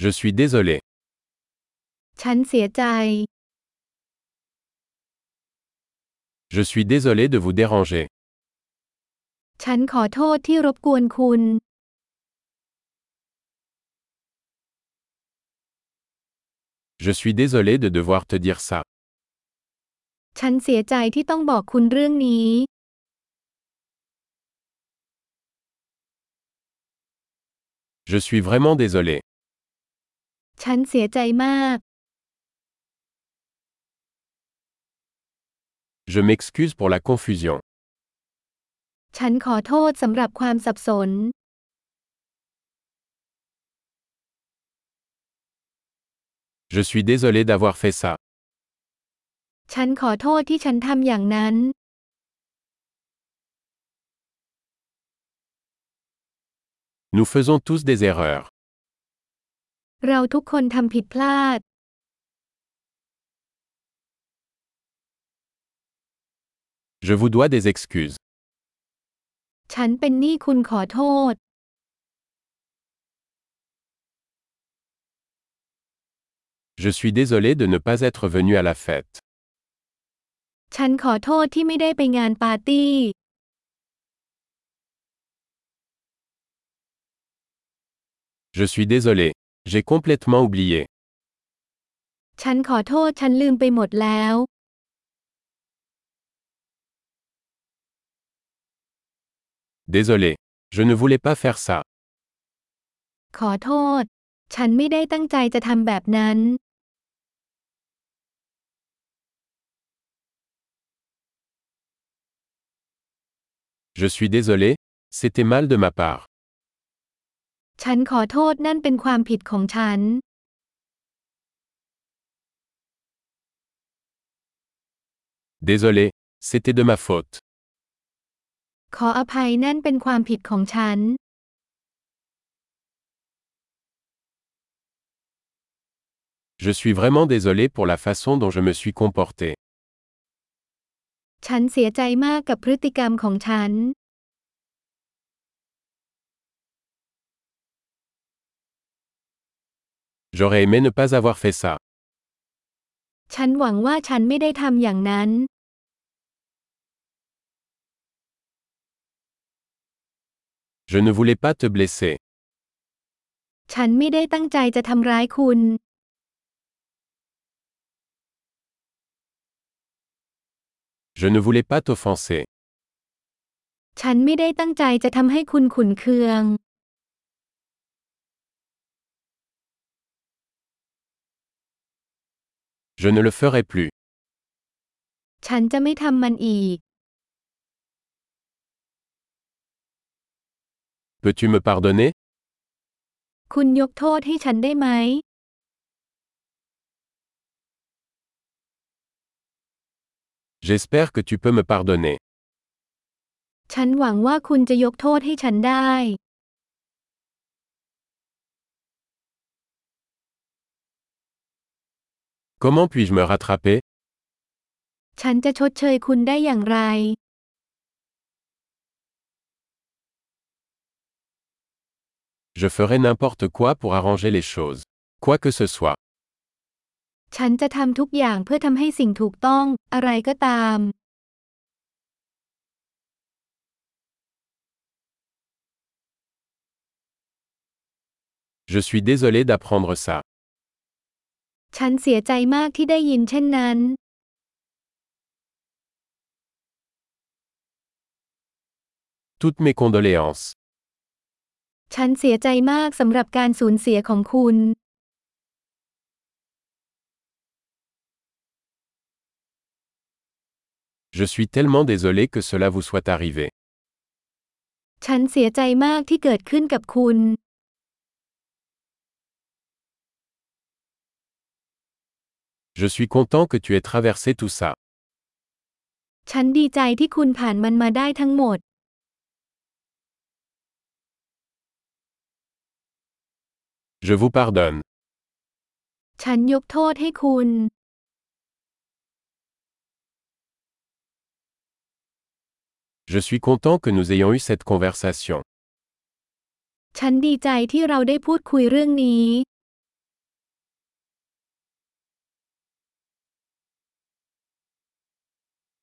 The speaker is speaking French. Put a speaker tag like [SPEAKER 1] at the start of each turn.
[SPEAKER 1] Je suis désolé.
[SPEAKER 2] ฉันเสียใจ
[SPEAKER 1] Je suis désolé de vous déranger.
[SPEAKER 2] ฉันขอโทษที่รบกวนคุณ
[SPEAKER 1] Je suis désolé de devoir te dire ça.
[SPEAKER 2] ฉันเสียใจที่ต้องบอกคุณเรื่องนี้
[SPEAKER 1] Je suis vraiment désolé.
[SPEAKER 2] ฉันเสียใจมาก
[SPEAKER 1] Je m'excuse pour la confusion.
[SPEAKER 2] ฉันขอโทษสำหรับความสับสน
[SPEAKER 1] Je suis désolé d'avoir fait ça.
[SPEAKER 2] ฉันขอโทษที่ฉันทำอย่างนั้น
[SPEAKER 1] Nous faisons tous des erreurs.
[SPEAKER 2] เราทุกคนทำผิดพลาด
[SPEAKER 1] Je vous dois des excuses.
[SPEAKER 2] ฉันเป็นหนี้คุณขอโทษ
[SPEAKER 1] Je suis désolé de ne pas être venu à la fête.
[SPEAKER 2] ฉันขอโทษที่ไม่ได้ไปงานปาร์ตี้
[SPEAKER 1] Je suis désolé. J'ai complètement oublié.
[SPEAKER 2] ฉันขอโทษฉันลืมไปหมดแล้ว
[SPEAKER 1] Désolé. Je ne voulais pas faire ça.
[SPEAKER 2] ขอโทษ ฉันไม่ได้ตั้งใจจะทำแบบนั้น
[SPEAKER 1] Je suis désolé. C'était mal de ma part.
[SPEAKER 2] ฉันขอโทษนั่นเป็นความผิดของฉัน
[SPEAKER 1] Désolé. C'était de ma faute.
[SPEAKER 2] ขออภัยนั่นเป็นความผิดของฉัน
[SPEAKER 1] Je suis vraiment désolé pour la façon dont je me suis comporté.
[SPEAKER 2] ฉันเสียใจมากกับพฤติกรรมของฉัน
[SPEAKER 1] J'aurais aimé ne pas avoir fait ça.
[SPEAKER 2] ฉันหวังว่าฉันไม่ได้ทำอย่างนั้น
[SPEAKER 1] Je ne voulais pas te blesser.
[SPEAKER 2] ฉันไม่ได้ตั้งใจจะทำร้ายคุณ
[SPEAKER 1] Je ne voulais pas t'offenser.
[SPEAKER 2] ฉันไม่ได้ตั้งใจจะทำให้คุณขุนเคือง
[SPEAKER 1] Je ne le ferai plus.
[SPEAKER 2] ฉันจะไม่ทำมันอีก
[SPEAKER 1] Peux-tu me pardonner
[SPEAKER 2] คุณยกโทษให้ฉันได้ไหม
[SPEAKER 1] J'espère que tu peux me pardonner.
[SPEAKER 2] ฉันหวังว่าคุณจะยกโทษให้ฉันได้
[SPEAKER 1] Comment puis-je me rattraper
[SPEAKER 2] ฉันจะชดเชยคุณได้อย่างไร
[SPEAKER 1] Je ferai n'importe quoi pour arranger les choses. Quoi que ce soit.
[SPEAKER 2] ฉันจะทำทุกอย่างเพื่อทำให้สิ่งถูกต้อง อะไรก็ตาม
[SPEAKER 1] Je suis désolé d'apprendre ça.
[SPEAKER 2] ฉันเสียใจมากที่ได้ยินเช่นนั้น
[SPEAKER 1] Toutes mes condoléances.
[SPEAKER 2] ฉันเสียใจมากสำหรับการสูญเสียของคุณ
[SPEAKER 1] Je suis tellement désolé que cela vous soit arrivé.
[SPEAKER 2] ฉันเสียใจมากที่เกิดขึ้นกับคุณ
[SPEAKER 1] Je suis content que tu aies traversé tout ça.
[SPEAKER 2] ฉันดีใจที่คุณผ่านมันมาได้ทั้งหมด
[SPEAKER 1] Je vous pardonne.
[SPEAKER 2] ฉันยกโทษให้คุณ
[SPEAKER 1] Je suis content que nous ayons eu cette conversation.
[SPEAKER 2] ฉันดีใจที่เราได้พูดคุยเรื่องนี้